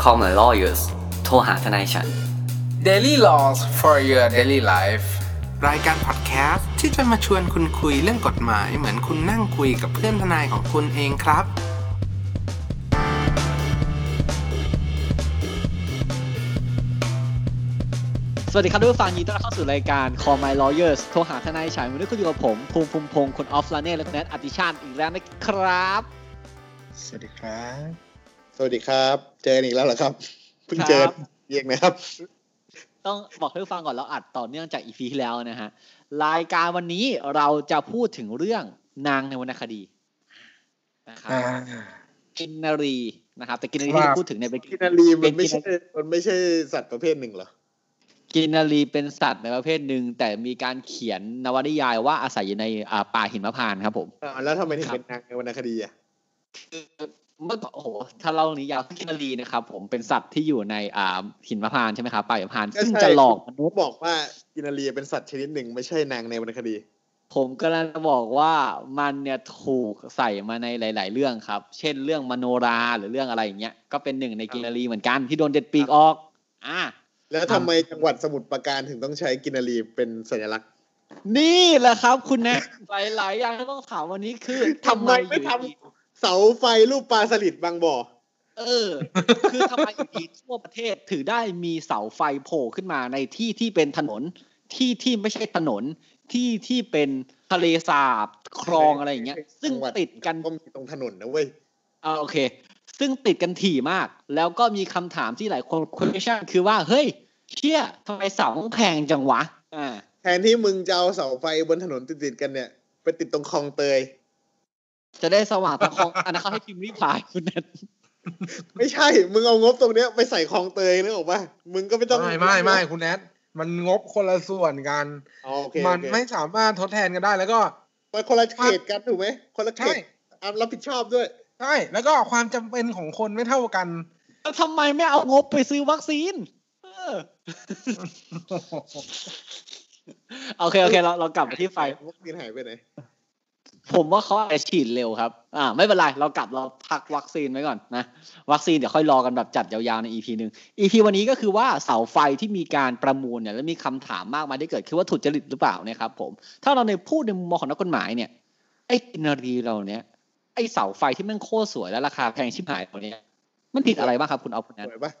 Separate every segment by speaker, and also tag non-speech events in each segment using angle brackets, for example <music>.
Speaker 1: call my lawyers โทรหาทนายฉัน
Speaker 2: Daily Laws for your daily life
Speaker 3: รายการพอดแคสต์ที่จะมาชวนคุณคุยเรื่องกฎหมายเหมือนคุณนั่งคุยกับเพื่อนทนายของคุณเองครับ
Speaker 4: สวัสดีครับทุกผู้ฟังยินดีต้อนรับเข้าสู่รายการ Call My Lawyers โทรหาทนายฉายวันนี้คุณอยู่กับผม ภูมิภูมิพงศ์คุณออฟลาเน่และคุณแนทอติชาติอีกแล้วนะครับ
Speaker 5: สวัสดีครับ สวัสดีครับ เจอกันอีกแล้วเหรอครับ เพิ่งเจอ
Speaker 4: ครับ
Speaker 5: เรียกนะครับ
Speaker 4: ต้องบอกให้ผู้ฟังก่อนเราอัดต่อเนื่องจากอีพีที่แล้วนะฮะ รายการวันนี้เราจะพูดถึงเรื่องนางในวรรณคดีนะครับ
Speaker 5: อ่า
Speaker 4: กินนรีนะครับแต่กินนรีที่เราพูดถึงเนี่ยเป็น
Speaker 5: กินนารีมั
Speaker 4: เป็น
Speaker 5: ไม่
Speaker 4: กิ
Speaker 5: ใช่ มันไม่ใช่สัตว์ประเภทหนึ่งเหรอ
Speaker 4: กินนรีเป็นสัตว์ในประเภทหนึ่งแต่มีการเขียนนวนิยายว่าอาศัยอยู่ในอ่าป่าหิมพานต์ครับผม
Speaker 5: อ่าแล้วทำไมถึง
Speaker 4: ครับ
Speaker 5: เป็นนางในวรรณคดีอ่ะ
Speaker 4: เมื่อก่อนโอ้โหถ้าเล่านิยามกินรีนะครับ ผมเป็นสัตว์ที่อยู่ในอ่าหินมะพร้านต์ใช่ไหมครับป่าหิมะพร้านต์
Speaker 5: ก็ใช่
Speaker 4: ซึ่งจะหลอกมนุษ
Speaker 5: ผม
Speaker 4: ย์
Speaker 5: บอกว่ากินนารีเป็นสัตว์ชนิดหนึ่งไม่ใช่นางในวรรณคดี
Speaker 4: ผมก็เลยจะบอกว่ามันเนี่ยถูกใส่มาในหลาย ๆ เรื่องครับ เช่นเรื่องมโนราหรือเรื่องอะไรอย่างเงี้ยก็เป็นหนึ่งในกินรีเหมือนกันที่โดนเด็ดปีกออกอ่ะ
Speaker 5: แล้วทำไมจังหวัดสมุทรปราการถึงต้องใช้กินนารีเป็นสัญลักษณ์
Speaker 4: นี่แหละครับคุณนะ หลาย ๆ อย่างที่ต้องถามวันนี้คือ
Speaker 5: ทำไมไม่
Speaker 4: อยู่
Speaker 5: ทำ
Speaker 4: ดี
Speaker 5: เสาไฟรูปปลาสลิดบางบ่อ
Speaker 4: เออ คือทำไมอยู่ดีทั่วประเทศถึงได้มีเสาไฟโผล่ขึ้นมาในที่ที่เป็นถนน ที่ที่ไม่ใช่ถนน ที่ที่เป็นทะเลสาบคลองอะไรอย่างเงี้ย ซึ่ง
Speaker 5: จัหวัด
Speaker 4: ติดกัน
Speaker 5: ก็มีตรงถนนนะเว้ย
Speaker 4: อ่าโอเค ซึ่งติดกันถี่มาก แล้วก็มีคำถามที่หลายคน question คือว่า เฮ้ย เชี่ยทำไมเสามันแพงจังวะ อ่า
Speaker 5: แทนที่มึงจะเอาเสาไฟบนถนนติดๆกันเนี่ย ไปติดตรงคลองเตย
Speaker 4: จะได้สว่างตะคองอันนั้นเขาให้พิมพ์รีพายคุณนัท
Speaker 5: ไม่ใช่ มึงเอางบตรงเนี้ยไปใส่คลองเตยนึกออกปะมึงก็ไม่ต้อง
Speaker 3: ไม่ไม่ไม่คุณแอดมันงบคนละส่วนกัน
Speaker 5: อ๋อโอเค
Speaker 3: มั
Speaker 5: มัน น
Speaker 3: ไม่
Speaker 5: ไม่
Speaker 3: สามารถทดแทนกันได้แล้วก็
Speaker 5: มันคนละเขตกันถูกไหม คนละเข
Speaker 3: ใช่
Speaker 5: ตอันรับผิดชอบด้วย
Speaker 3: ใช่แล้วก็ความจำเป็นของคนไม่เท่ากัน
Speaker 4: แล้วทำไมไม่เอางบไปซื้อวัคซีน เออ โอเค โอเค เราเรากลับมาที่ไฟ
Speaker 5: งบมีนหายไปไหน
Speaker 4: ผมว่าเขาอาจจะฉีดเร็วครับ อ่า ไม่เป็นไร เรากลับเราพักวัคซีนไว้ก่อนนะ วัคซีนเดี๋ยวค่อยรอกันแบบจัดยาวๆใน EP หนึ่ง EP วันนี้ก็คือว่าเสาไฟที่มีการประมูลเนี่ยแล้วมีคำถามมากมายที่เกิดขึ้นว่าถูกจริตหรือเปล่าเนี่ยครับผม ถ้าเราในพูดในมุมมองของนักกฎหมายเนี่ย ไอ้กินรีเราเนี่ย ไอ้เสาไฟที่แมันโคตรสวยและราคาแพงชิบหายตัวเนี้ย มันผิดอะไรบ้างครับคุณเอาคุณนัท
Speaker 5: สวยปะ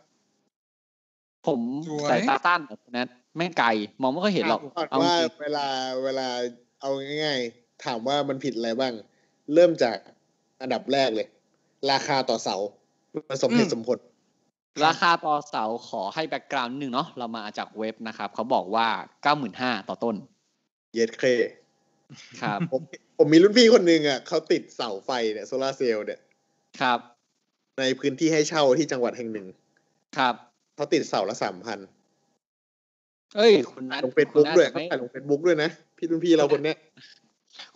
Speaker 4: ผม
Speaker 3: สวย
Speaker 4: สายตาสั้นเหรอคุณนัทแม่งไกลมองไม่ค่อยเห็นหรอก
Speaker 5: ก่อน
Speaker 4: เอาจ
Speaker 5: ว่า
Speaker 4: ริง
Speaker 5: เวลาเวลาเอาง่ายๆ ถามว่ามันผิดอะไรบ้าง เริ่มจากอันดับแรกเลย ราคาต่อเสามันสมเห
Speaker 3: อื
Speaker 5: ตุ
Speaker 3: ม
Speaker 5: สมผล
Speaker 4: ราคาต่อเสาขอให้แบ็กกราวน์นิดนึงเนาะเรามาจากเว็บนะครับเขาบอกว่า 95,000ต่อต้น
Speaker 5: เย็ดเค
Speaker 4: ครับ <laughs>
Speaker 5: ผมผมมีรุ่นพี่คนหนึ่งอ่ะเขาติดเสาไฟเนี่ยโซลาร์เซลล์เนี่ย
Speaker 4: ครับ
Speaker 5: ในพื้นที่ให้เช่าที่จังหวัดแห่งหนึ่ง
Speaker 4: ครับ
Speaker 5: เขาติดเสาละสามพัน
Speaker 4: เอ้ย คุณนัท
Speaker 5: ลงเฟซ
Speaker 4: คุ
Speaker 5: บุ๊
Speaker 4: ณ
Speaker 5: ก
Speaker 4: นัท
Speaker 5: ด้วย
Speaker 4: ไม่
Speaker 5: เขาถ่ายลงเฟซบุ๊กด้วยนะ พี่รุ่นพี่เราคนเนี้ย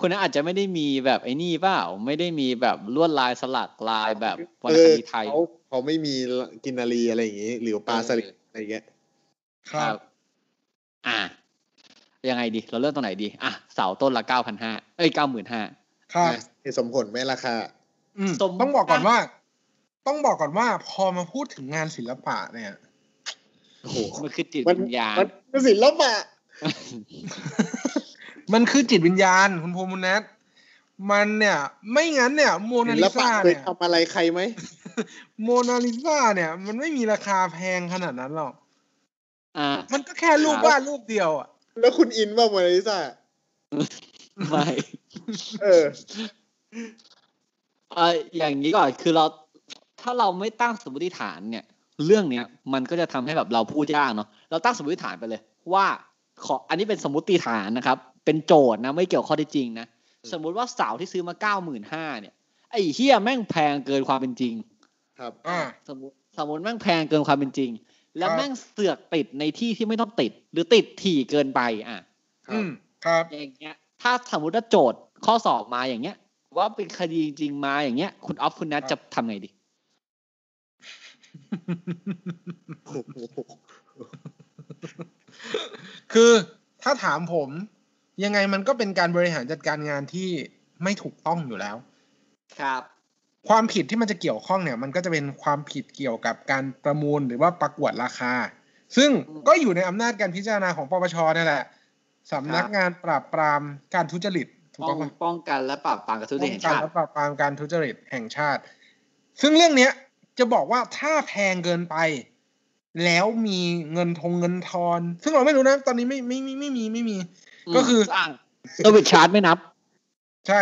Speaker 4: คุณนัทอาจจะไม่ได้มีแบบไอ้นี่เปล่า ไม่ได้มีแบบลวดลายสลักลายแบบวรรณคดีไทย
Speaker 5: เออเขาเขาไม่มีกินนารีอะไรอย่างงี้ หรือปลาสลิดอะไรอย่างเงี้ย
Speaker 4: ครับ อ่ะ ยังไงดี เราเริ่มตรงไหนดี อ่ะ เสาต้นละ 9,500 เอ้ย 95,000
Speaker 3: ครับ
Speaker 5: นะเหตุสมผลไหมราคา
Speaker 3: อืม
Speaker 4: สมมุติ
Speaker 3: ต้องบอกก่อนว่า ต้องบอกก่อนว่าพอมาพูดถึงงานศิลปะเนี่ย <laughs>
Speaker 4: โอ้โห มันคือจิต
Speaker 5: มั
Speaker 4: วิญญาณ
Speaker 5: มันคือศิลปะ
Speaker 3: มันคือจิตวิญญาณคุณภูมิคุณแนทมันเนี่ย ไม่งั้นเนี่ยโมนา
Speaker 5: ศิ
Speaker 3: ลิ
Speaker 5: ลปะ
Speaker 3: ซา
Speaker 5: เคย
Speaker 3: เนี่ย
Speaker 5: ทำอะไรใครไหม
Speaker 3: โมนาลิซาเนี่ย มันไม่มีราคาแพงขนาดนั้นหรอก
Speaker 4: อ่ะ
Speaker 3: มันก็แค่รูป
Speaker 4: ครับ
Speaker 3: วาดรูปเดียวอ่ะ
Speaker 5: แล้วคุณอินว่าโมนาลิซา
Speaker 4: ไม่
Speaker 5: เออ
Speaker 4: เอออย่างนี้ก่อนคือเราถ้าเราไม่ตั้งสมมติฐานเนี่ย เรื่องเนี้ยมันก็จะทำให้แบบเราพูดยากเนาะเราตั้งสมมติฐานไปเลย ว่าขออันนี้เป็นสมมติฐานนะครับ เป็นโจทย์นะไม่เกี่ยวข้อเที่จริงนะสมมุติว่าเสาที่ซื้อมาเก้าหมื่นห้าเนี่ยไอ้เฮียแม่งแพงเกินความเป็นจริง
Speaker 5: ครับ
Speaker 3: อ่า
Speaker 4: สมมติสมมติแม่งแพงเกินความเป็นจริง แล้ว
Speaker 3: ครับ
Speaker 4: แม่งเสือกติดในที่ที่ไม่ต้องติด หรือติดถี่เกินไปอ่ะ
Speaker 5: ค
Speaker 3: อื
Speaker 5: รับ
Speaker 3: ม ครับ
Speaker 4: อย่างเงี้ยถ้าสมมติว่าโจทย์ข้อสอบมาอย่างเงี้ย ว่าเป็นคดีจริงมาอย่างเงี้ย คุณออฟคุณนัทจะทำไงดี
Speaker 5: โอ้โห
Speaker 3: คือถ้าถามผม ยังไงมันก็เป็นการบริหารจัดการงานที่ไม่ถูกต้องอยู่แล้ว
Speaker 4: ครับ
Speaker 6: ความผิดที่มันจะเกี่ยวข้องเนี่ย มันก็จะเป็นความผิดเกี่ยวกับการประมูลหรือว่าประกวดราคา ซึ่งก็อยู่ในอำนาจการพิจารณาของปปชนี่แหละสำนักงานปราบปรามการทุจริตถูก
Speaker 4: ป้อ
Speaker 6: ต้
Speaker 4: ง
Speaker 6: องปะ
Speaker 4: ป้องกันและปราบปรามการทุจริตแห่งชาติ
Speaker 6: ป้องกันและปราบปรามการทุจริตแห่งชาติ ซึ่งเรื่องเนี้ย จะบอกว่าถ้าแพงเกินไป แล้วมีเงินทงเงินทอน ซึ่งเราไม่รู้นะ ตอนนี้ไม่ไม่ไม่ไม่มีไม่มี ก็คือ
Speaker 4: มเซอร์วิสชาร์จไม่นับ
Speaker 6: ใช่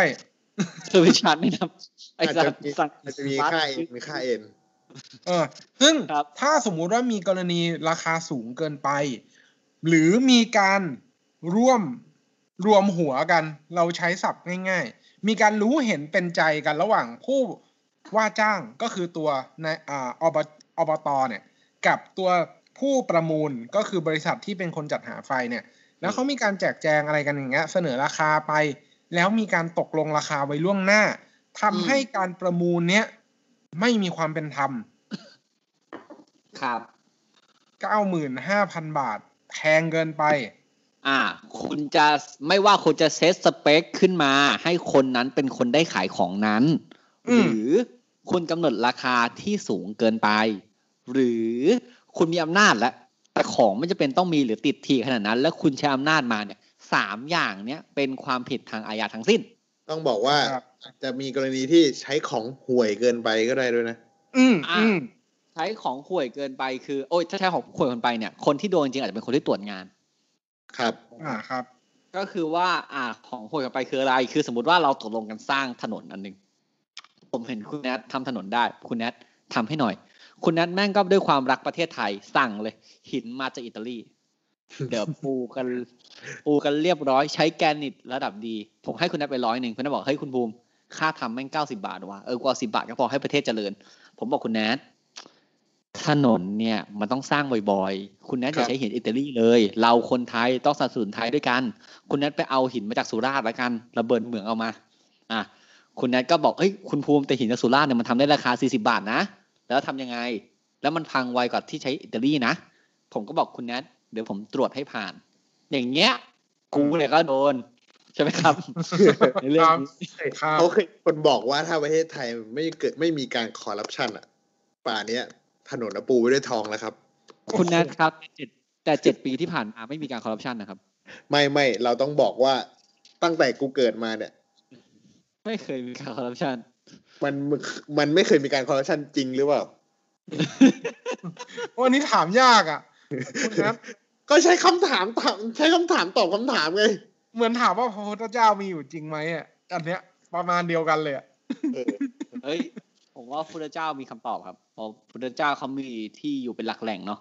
Speaker 4: เซอร์วิสชาร์จไม่นับไอ้
Speaker 5: อาจ
Speaker 4: สัต
Speaker 5: จะ
Speaker 4: ว์
Speaker 5: มี
Speaker 4: สั่ง
Speaker 5: อาจจะมีค่าเอ็นมีค่าเอ็น
Speaker 6: เออซึ่ง
Speaker 4: ครับ
Speaker 6: ถ้าสมมุติว่ามีกรณีราคาสูงเกินไป หรือมีการร่วมรวมหัวกัน เราใช้ศัพท์ง่าย ๆ มีการรู้เห็นเป็นใจกันระหว่างผู้ว่าจ้างก็คือตัวในายอ่าอบอบตเนี่ย กับตัวผู้ประมูลก็คือบริษัทที่เป็นคนจัดหาไฟเนี่ย แล้วเขามีการแจกแจงอะไรกันอย่างเงี้ย เสนอราคาไป แล้วมีการตกลงราคาไว้ล่วงหน้าทำให้การประมูลเนี้ยไม่มีความเป็นธรรม
Speaker 4: ครับ
Speaker 6: เก้าหมื่นห้าพันบาทแพงเกินไป
Speaker 4: อ่า คุณจะไม่ว่าคุณจะเซตสเปคขึ้นมา ให้คนนั้นเป็นคนได้ขายของนั้น
Speaker 6: อื
Speaker 4: ห
Speaker 6: ม
Speaker 4: รือคุณกำหนดราคาที่สูงเกินไป หรือคุณมีอำนาจแล้วแต่ของไม่จะเป็นต้องมีหรือติดทีขนาดนั้น แล้วคุณใช้อำนาจมาเนี่ยสามอย่างเนี้ยเป็นความผิดทางอาญาทั้งสิ้น
Speaker 5: ต้องบอกว่า
Speaker 6: ครับ
Speaker 5: จะมีกรณีที่ใช้ของห่วยเกินไปก็ได้ด้วยนะ
Speaker 6: อืม
Speaker 4: อ่ะ
Speaker 6: อืม
Speaker 4: ใช้ของข่วยเกินไปคือโอ้ยถ้าใช้ของข่วยเกินไปเนี่ยคนที่โดนจริงๆอาจจะเป็นคนที่ตรวจงาน
Speaker 5: ครับ
Speaker 6: อ่าครับ
Speaker 4: ก็คือว่าอ่าของโหดกันไปคืออะไร คือสมมติว่าเราตกลงกันสร้างถนนอันหนึ่งผมเห็นคุณแนททำถนนได้ คุณแนททำให้หน่อย คุณแนทแม่งก็ด้วยความรักประเทศไทยสั่งเลย หินมาจากอิตา <laughs> ลี เดี๋ยวปูกันปูกันเรียบร้อยใช้แกรนิตระดับดี ผมให้คุณแนทไปร้อยหนึ่งคุณแนทบอกเฮ้ยคุณภูมิ ค่าทำแม่งเก้าสิบาทว่ะเออกว่าสิบาทก็พอให้ประเทศเจริญ ผมบอกคุณแนทถนนเนี่ย มันต้องสร้างบ่อยๆ คุณแนทอย่าใช้หินอิตาลีเลย เราคนไทยต้องสนับสนุนไทยด้วยกัน คุณแนทไปเอาหินมาจากสุราษฎร์ละกันระเบิดเหมืองเอามา อ่ะคุณแนทก็บอกเอ้ยคุณภูมิแต่หินจากสุราษฎร์เนี่ยมันทำได้ราคา 40 บาทนะ แล้วทำยังไง แล้วมันพังไวกว่าที่ใช้อิตาลีนะ ผมก็บอกคุณแนทเดี๋ยวผมตรวจให้ผ่าน อย่างเงี้ยกูเนี่ยก็โดน ใช่ไหม <laughs> ครับ ในเรื่องนี้
Speaker 6: ครับ
Speaker 5: เขาเคยคนบอกว่าถ้าประเทศไทยไม่เกิดไม่มีการคอร์รัปชันอ่ะ ป่านเนี้ยถนนอะปูไว้ด้วยทองแล้วครับ
Speaker 4: คุณแนทครับเจ็ดแต่เจ็ดปีที่ผ่านมาไม่มีการคอร์รัปชันนะครับ
Speaker 5: ไม่ไม่เราต้องบอกว่าตั้งแต่กูเกิดมาเนี่ย
Speaker 4: ไม่เคยมีการคอร์รัปชัน
Speaker 5: มันมันไม่เคยมีการคอร์รัปชันจริงหรือเปล่า
Speaker 6: วันนี้ถามยากอ่ะคุณนัท
Speaker 5: ก็ใช้คำถามถามใช้คำถามตอบคำถามไง
Speaker 6: เหมือนถามว่าพระพุทธเจ้ามีอยู่จริงไหมอ่ะอันเนี้ยประมาณเดียวกันเลยอะ
Speaker 5: เออ
Speaker 4: เอ้ย ผมว่าพุทธเจ้ามีคำตอบครับเพราะพุทธเจ้าเขามีที่อยู่เป็นหลักแหล่งเนาะ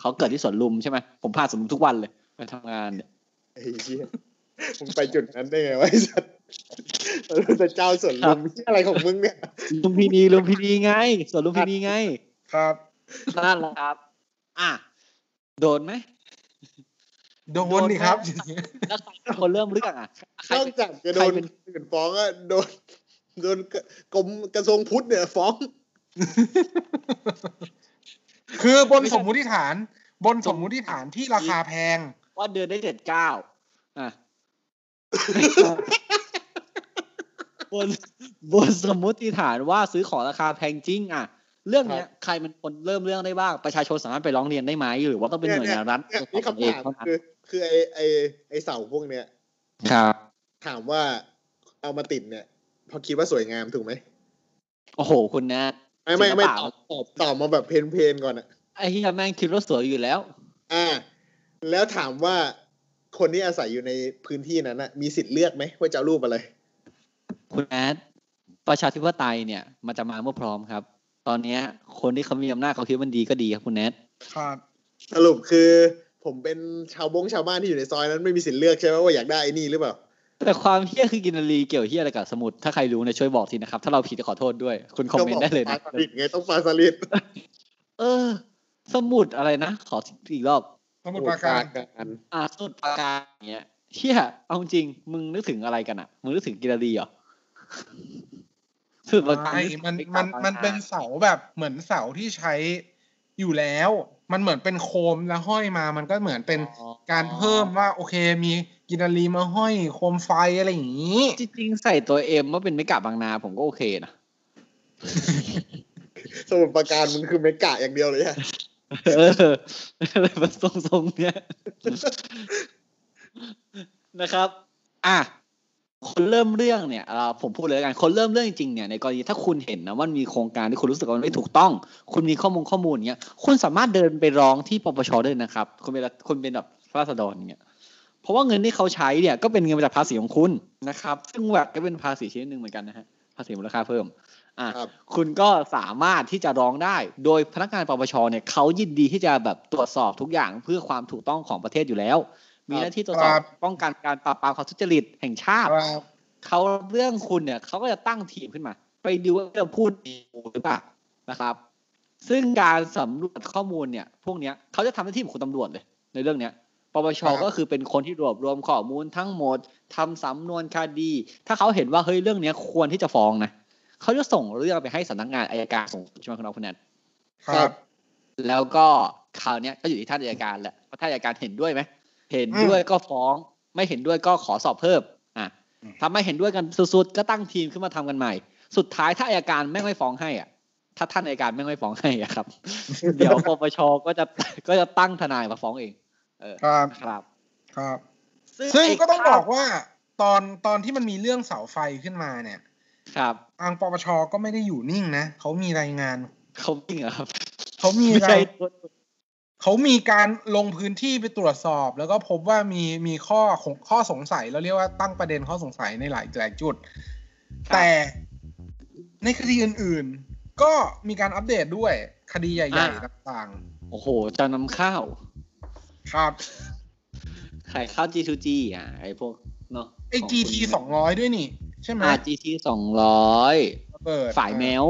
Speaker 4: เขาเกิดที่สวนลุมใช่ไหมผมผ่านสวนลุมทุกวันเลยไปทำงานเนี่ย
Speaker 5: ไอ้เหี้ยมึงไปจุดนั้นได้ไงวะไอ้สัตว์แต่เจ้าส่วนลมที่อะไรของมึงเนี่ย
Speaker 4: ลุมพินีลุมพินีไงสวนลุมพินีไง
Speaker 6: ครับ
Speaker 4: นั่นแหละครับ อ่ะโดนไหม
Speaker 6: โดนนี่ครับ
Speaker 4: แล้วใครเป็นคนเริ่มเรื่องอ่ะใคร
Speaker 5: นอก
Speaker 4: เป็น
Speaker 5: จากจะโดน
Speaker 4: ใครเป็น
Speaker 5: คนอื่นฟ้องก็โดนโดนกรมกระทรวงพุทธเนี่ยฟ้อง
Speaker 6: <laughs> คือบนสมมุติฐาน บนสมมุติฐานที่ราคาแพง
Speaker 4: ว่าเดินได้เจ็ดเก้า
Speaker 5: <laughs>
Speaker 4: อ่ะ บนบนสมมุติฐานว่าซื้อของราคาแพงจริง อ่ะ เรื่องเนี้ยใครเป็นคนเริ่มเรื่องได้บ้าง ประชาชนสามารถไปร้องเรียนได้ไหม หรือว่าต้องเป็นหน่วยงานรัฐ
Speaker 5: เนี่ย
Speaker 4: ขอ
Speaker 5: นี่
Speaker 4: งตัวเอ
Speaker 5: คำ
Speaker 4: ง
Speaker 5: ถาม
Speaker 4: เท่านั้น
Speaker 5: คือคือไอไอไอเสาพวกเนี้ย
Speaker 4: ครับ
Speaker 5: ถามว่าเอามาติดเนี่ย พอคิดว่าสวยงามถูกไหม
Speaker 4: โอ้โห คุณนะ
Speaker 5: ไม่ไม่ไม่
Speaker 4: ศิลปะ
Speaker 5: ตอบตอบตอบมาแบบเพนเพนๆก่อนอ่ะ
Speaker 4: ไอ้ที่แม่งคิดว่าสวยอยู่แล้ว
Speaker 5: อ่า แล้วถามว่าคนที่อาศัยอยู่ในพื้นที่นั้นน่ะมีสิทธิ์เลือกไหมว่าจะเอารูปอะไร
Speaker 4: คุณแอดประชาธิปไตยเนี่ย มันจะมาเมื่อพร้อมครับ ตอนเนี้ย คนที่เขามีอำนาจเขาคิดว่ามันดีก็ดีครับคุณแอด
Speaker 6: ครับ
Speaker 5: สรุปคือ ผมเป็นชาวบงชาวบ้านที่อยู่ในซอยนั้นไม่มีสิทธิ์เลือกใช่ไหมว่าอยากได้ไอ้นี่หรือเปล่า
Speaker 4: แต่ความเฮี้ยคือกินนารีเกี่ยวเฮี้ยอะไรกับสมุดถ้าใครรู้เนะช่วยบอกทีนะครับ ถ้าเราผิดจะขอโทษด้วย คุณคอมเมนต์ได้เลยนะ
Speaker 5: ก็บอกปลาสลิดไงต้องปลาสลิด
Speaker 4: เออ สมุดอะไรนะ ขออีกรอบ
Speaker 6: สมุดประการ
Speaker 5: การ
Speaker 4: อ่าสมุดปากกาอย่างเงี้ยเฮี้ยเอาจริงมึงนึกถึงอะไรกันอ่ะ มึงนึกถึงกินนารีเหรอสมุดปากกา
Speaker 6: ใช่มันมันมันเป็นเสาแบบเหมือนเสาที่ใช้อยู่แล้ว มันเหมือนเป็นโคมแล้วห้อยมา มันก็เหมือนเป็นการเพิ่มว่าโอเคมีกินนารีมาห้อยโคมไฟอะไรอย่างนี้
Speaker 4: จริงๆใส่ตัวเอ็มว่าเป็นไม่กะบางนาผมก็โอเคนะ
Speaker 5: สมุดประการมันคือเมกะอย่างเดียวเลยอะ
Speaker 4: เออ <laughs> อะไรมันทรงๆเนี้ยนะครับ อ่ะ คนเริ่มเรื่องเนี่ยเอ่อผมพูดเลยละกัน คนเริ่มเรื่องจริงๆเนี่ยในกรณีถ้าคุณเห็นนะว่ามีโครงการที่คุณรู้สึกว่ามันไม่ถูกต้อง คุณมีข้อมูลข้อมูลเงี้ยคุณสามารถเดินไปร้องที่ปปชได้นะครับ คุณเป็นคุณเป็นแบบราษฎรเนี่ยเพราะว่าเงินที่เขาใช้เนี่ยก็เป็นเงินมาจากภาษีของคุณนะครับ ซึ่งแบบก็เป็นภาษีชนิดหนึ่งเหมือนกันนะฮะภาษีมูลค่าเพิ่ม อ่ะ
Speaker 5: ครับ
Speaker 4: คุณก็สามารถที่จะร้องได้ โดยพนักงานปปชเนี่ยเขายินดีที่จะแบบตรวจสอบทุกอย่างเพื่อความถูกต้องของประเทศอยู่แล้ว มีหน้าที่ตรวจสอ
Speaker 6: ครับ บ
Speaker 4: ป้องกันการปราบปรามความทุจริตแห่งชาติ
Speaker 6: ครับ
Speaker 4: เขาเรื่องคุณเนี่ยเขาก็จะตั้งทีมขึ้นมา ไปดูว่าเราพูดดีหรือเปล่านะครับ ซึ่งการสำรวจข้อมูลเนี่ย พวกเนี้ยเขาจะทำหน้าที่ของคุณตำรวจเลย ในเรื่องเนี้ยปปช
Speaker 6: ครับ
Speaker 4: ก็คือเป็นคนที่รวบรวมข้อมูลทั้งหมดทำสำนวนคดี ถ้าเขาเห็นว่าเฮ้ยเรื่องเนี้ยควรที่จะฟ้องนะเขาจะส่งเรื่องไปให้สำนักงานอายการสูงสุดใช่ไหมคุณน้องคุณแนน
Speaker 6: ครับ
Speaker 4: แล้วก็คราวเนี้ยก็อยู่ที่ท่านอัยการแหละว่าท่านอัยการเห็นด้วยไหมเห็นด้วยก็ฟ้อง ไม่เห็นด้วยก็ขอสอบเพิ่มอ่ะทำไม่เห็นด้วยกันสุดๆก็ตั้งทีมขึ้นมาทำกันใหม่ สุดท้ายถ้าอัยการแม่งไม่ฟ้องให้อ่ะ ถ้าท่านอัยการแม่งไม่ฟ้องให้อ่ะครับ
Speaker 6: <laughs>
Speaker 4: เดี๋ยวปปชก็จะก็จะตั้งทนายมาฟ้องเอง เออ
Speaker 6: ครับ
Speaker 4: ครับ
Speaker 6: ครับ ซึ่ง
Speaker 4: ไ
Speaker 6: ก็ต้องบอกว่าตอนตอนที่มันมีเรื่องเสาไฟขึ้นมาเนี่ย
Speaker 4: ครับ
Speaker 6: ทางปปชก็ไม่ได้อยู่นิ่งนะเขามีรายงาน
Speaker 4: เขาวิ่งเหรอครับ
Speaker 6: เขามี
Speaker 4: ไม่
Speaker 6: รา
Speaker 4: ใช่
Speaker 6: ย เขามีการลงพื้นที่ไปตรวจสอบ แล้วก็พบว่ามีมีข้อของข้อสงสัยเราเรียกว่าตั้งประเด็นข้อสงสัยในหลายหลายจุด แต่ในคดีอื่นๆ ก็มีการอัปเดตด้วยคดีใหญ่ๆต่าง
Speaker 4: โอ้โหเจานำข้าว
Speaker 6: ๆ ครับ
Speaker 4: ขายข้าว G2G อ่ะไอพวกเนาะ
Speaker 6: ไอ้ GT สองร้อยด้วยนี่ ใช่ไหม
Speaker 4: อ่า GT สองร้อย
Speaker 6: ระเบิด
Speaker 4: ฝ่ายแมว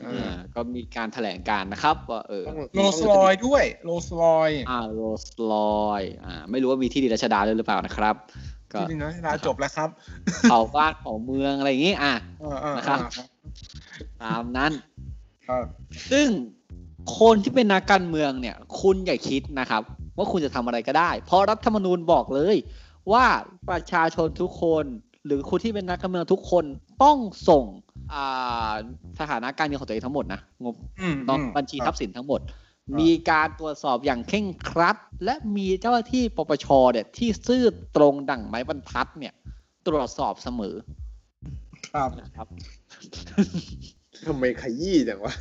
Speaker 6: เอ
Speaker 4: อ่า
Speaker 6: อ
Speaker 4: ก็มีการแถลงการนะครับว่าเออ
Speaker 5: ต้อง
Speaker 6: โรลสลอยด้วยโรลสลอย
Speaker 4: อาโรสลอยอ่าไม่รู้ว่ามีที่ดินรัชดาด้วยหรือเปล่านะครับ ก็
Speaker 6: ที่ดินนะลาจบแล้วครับ
Speaker 4: เผาบ้านเผาเมืองอะไรอย่างงี้อ่ะ
Speaker 6: เออเออ
Speaker 4: นะค
Speaker 6: เอ
Speaker 4: รับ
Speaker 6: อ
Speaker 4: ตามนั้น
Speaker 6: ครับ
Speaker 4: ซึ่งคนที่เป็นนักการเมืองเนี่ย คุณอย่าคิดนะครับ ว่าคุณจะทำอะไรก็ได้ เพราะรัฐธรรมนูญบอกเลย ว่าประชาชนทุกคน หรือคุณที่เป็นนักการเมืองทุกคนต้องส่งอ่าสถานะการเงินของตัวเองทั้งหมดนะงบ
Speaker 6: อืม
Speaker 4: นอก
Speaker 6: ม
Speaker 4: บัญชีทรัพย์สินทั้งหมด
Speaker 6: า
Speaker 4: มี
Speaker 6: มี
Speaker 4: การตรวจสอบอย่างเคร่งครัด และมีเจ้าหน้าที่ปปชเนี่ยที่ซื่อตรงดั่งไม้บรรทัดเนี่ย ตรวจสอบเสมอ
Speaker 6: ครับ
Speaker 4: นะครับ
Speaker 5: ทำไมขยี้จังวะ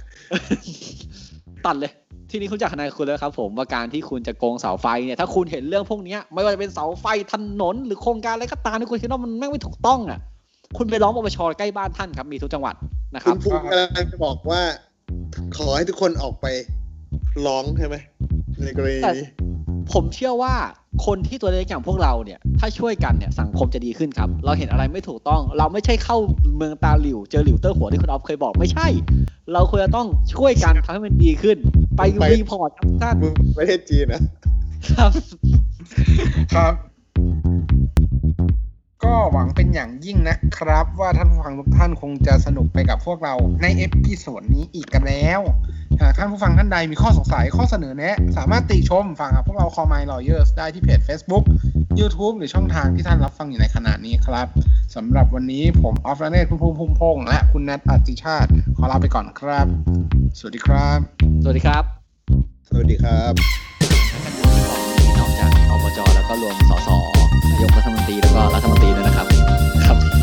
Speaker 4: ตัดเลย ทีนี้คุณจากทนายคุณแล้วครับ ผมว่าการที่คุณจะโกงเสาไฟเนี่ย ถ้าคุณเห็นเรื่องพวกเนี้ยไม่ว่าจะเป็นเสาไฟถนน หรือโครงการอะไรก็ตามที่คุณคิดว่ามันแม่งไม่ถูกต้องอ่ะคุณไปร้องปปชใกล้บ้านท่านครับมีทุกจังหวัดนะค
Speaker 5: คุ
Speaker 4: รับ
Speaker 5: ณภูมิกำลังจะบอกว่า ขอให้ทุกคนออกไปร้องใช่ไหมในกรณีนี้
Speaker 4: ผมเชื่อว่าคนที่ตัวเล็กอย่างพวกเราเนี่ย ถ้าช่วยกันเนี่ยสังคมจะดีขึ้นครับ เราเห็นอะไรไม่ถูกต้อง เราไม่ใช่เข้าเมืองตาหลิว เจอหลิวเตอร์หัวที่คุณออฟเคยบอกไม่ใช่ เราควรจะต้องช่วยกันทำให้มันดีขึ้น ไป
Speaker 5: ไป
Speaker 4: รีพอร์ตครับท่าน
Speaker 5: มึงประเทศจีนนะครับ
Speaker 6: ครับ ก็หวังเป็นอย่างยิ่งนะครับ ว่าท่านผู้ฟังทุกท่านคงจะสนุกไปกับพวกเราในเอพิโซดนี้อีกกันแล้วหากท่านผู้ฟังท่านใดมีข้อสงสัยข้อเสนอแนะ สามารถติชมฟังกับพวกเราคอม My Lawyers ได้ที่เพจ Facebook YouTube หรือช่องทางที่ท่านรับฟังอยู่ในขณะนี้ครับสำหรับวันนี้ผมออฟและเนตคุณภูมิภูมิพงษ์และคุณแนทอัจจิชาติ ขอลาไปก่อนครับ สวัสดีครับ
Speaker 4: สวัสดีครับ
Speaker 5: สวัสดีครับ
Speaker 4: นอกจากอบจแล้วก็รวมสสนายกรัฐมนตรีแล้วก็รัฐมนตรีด้วยนะครับ ครับ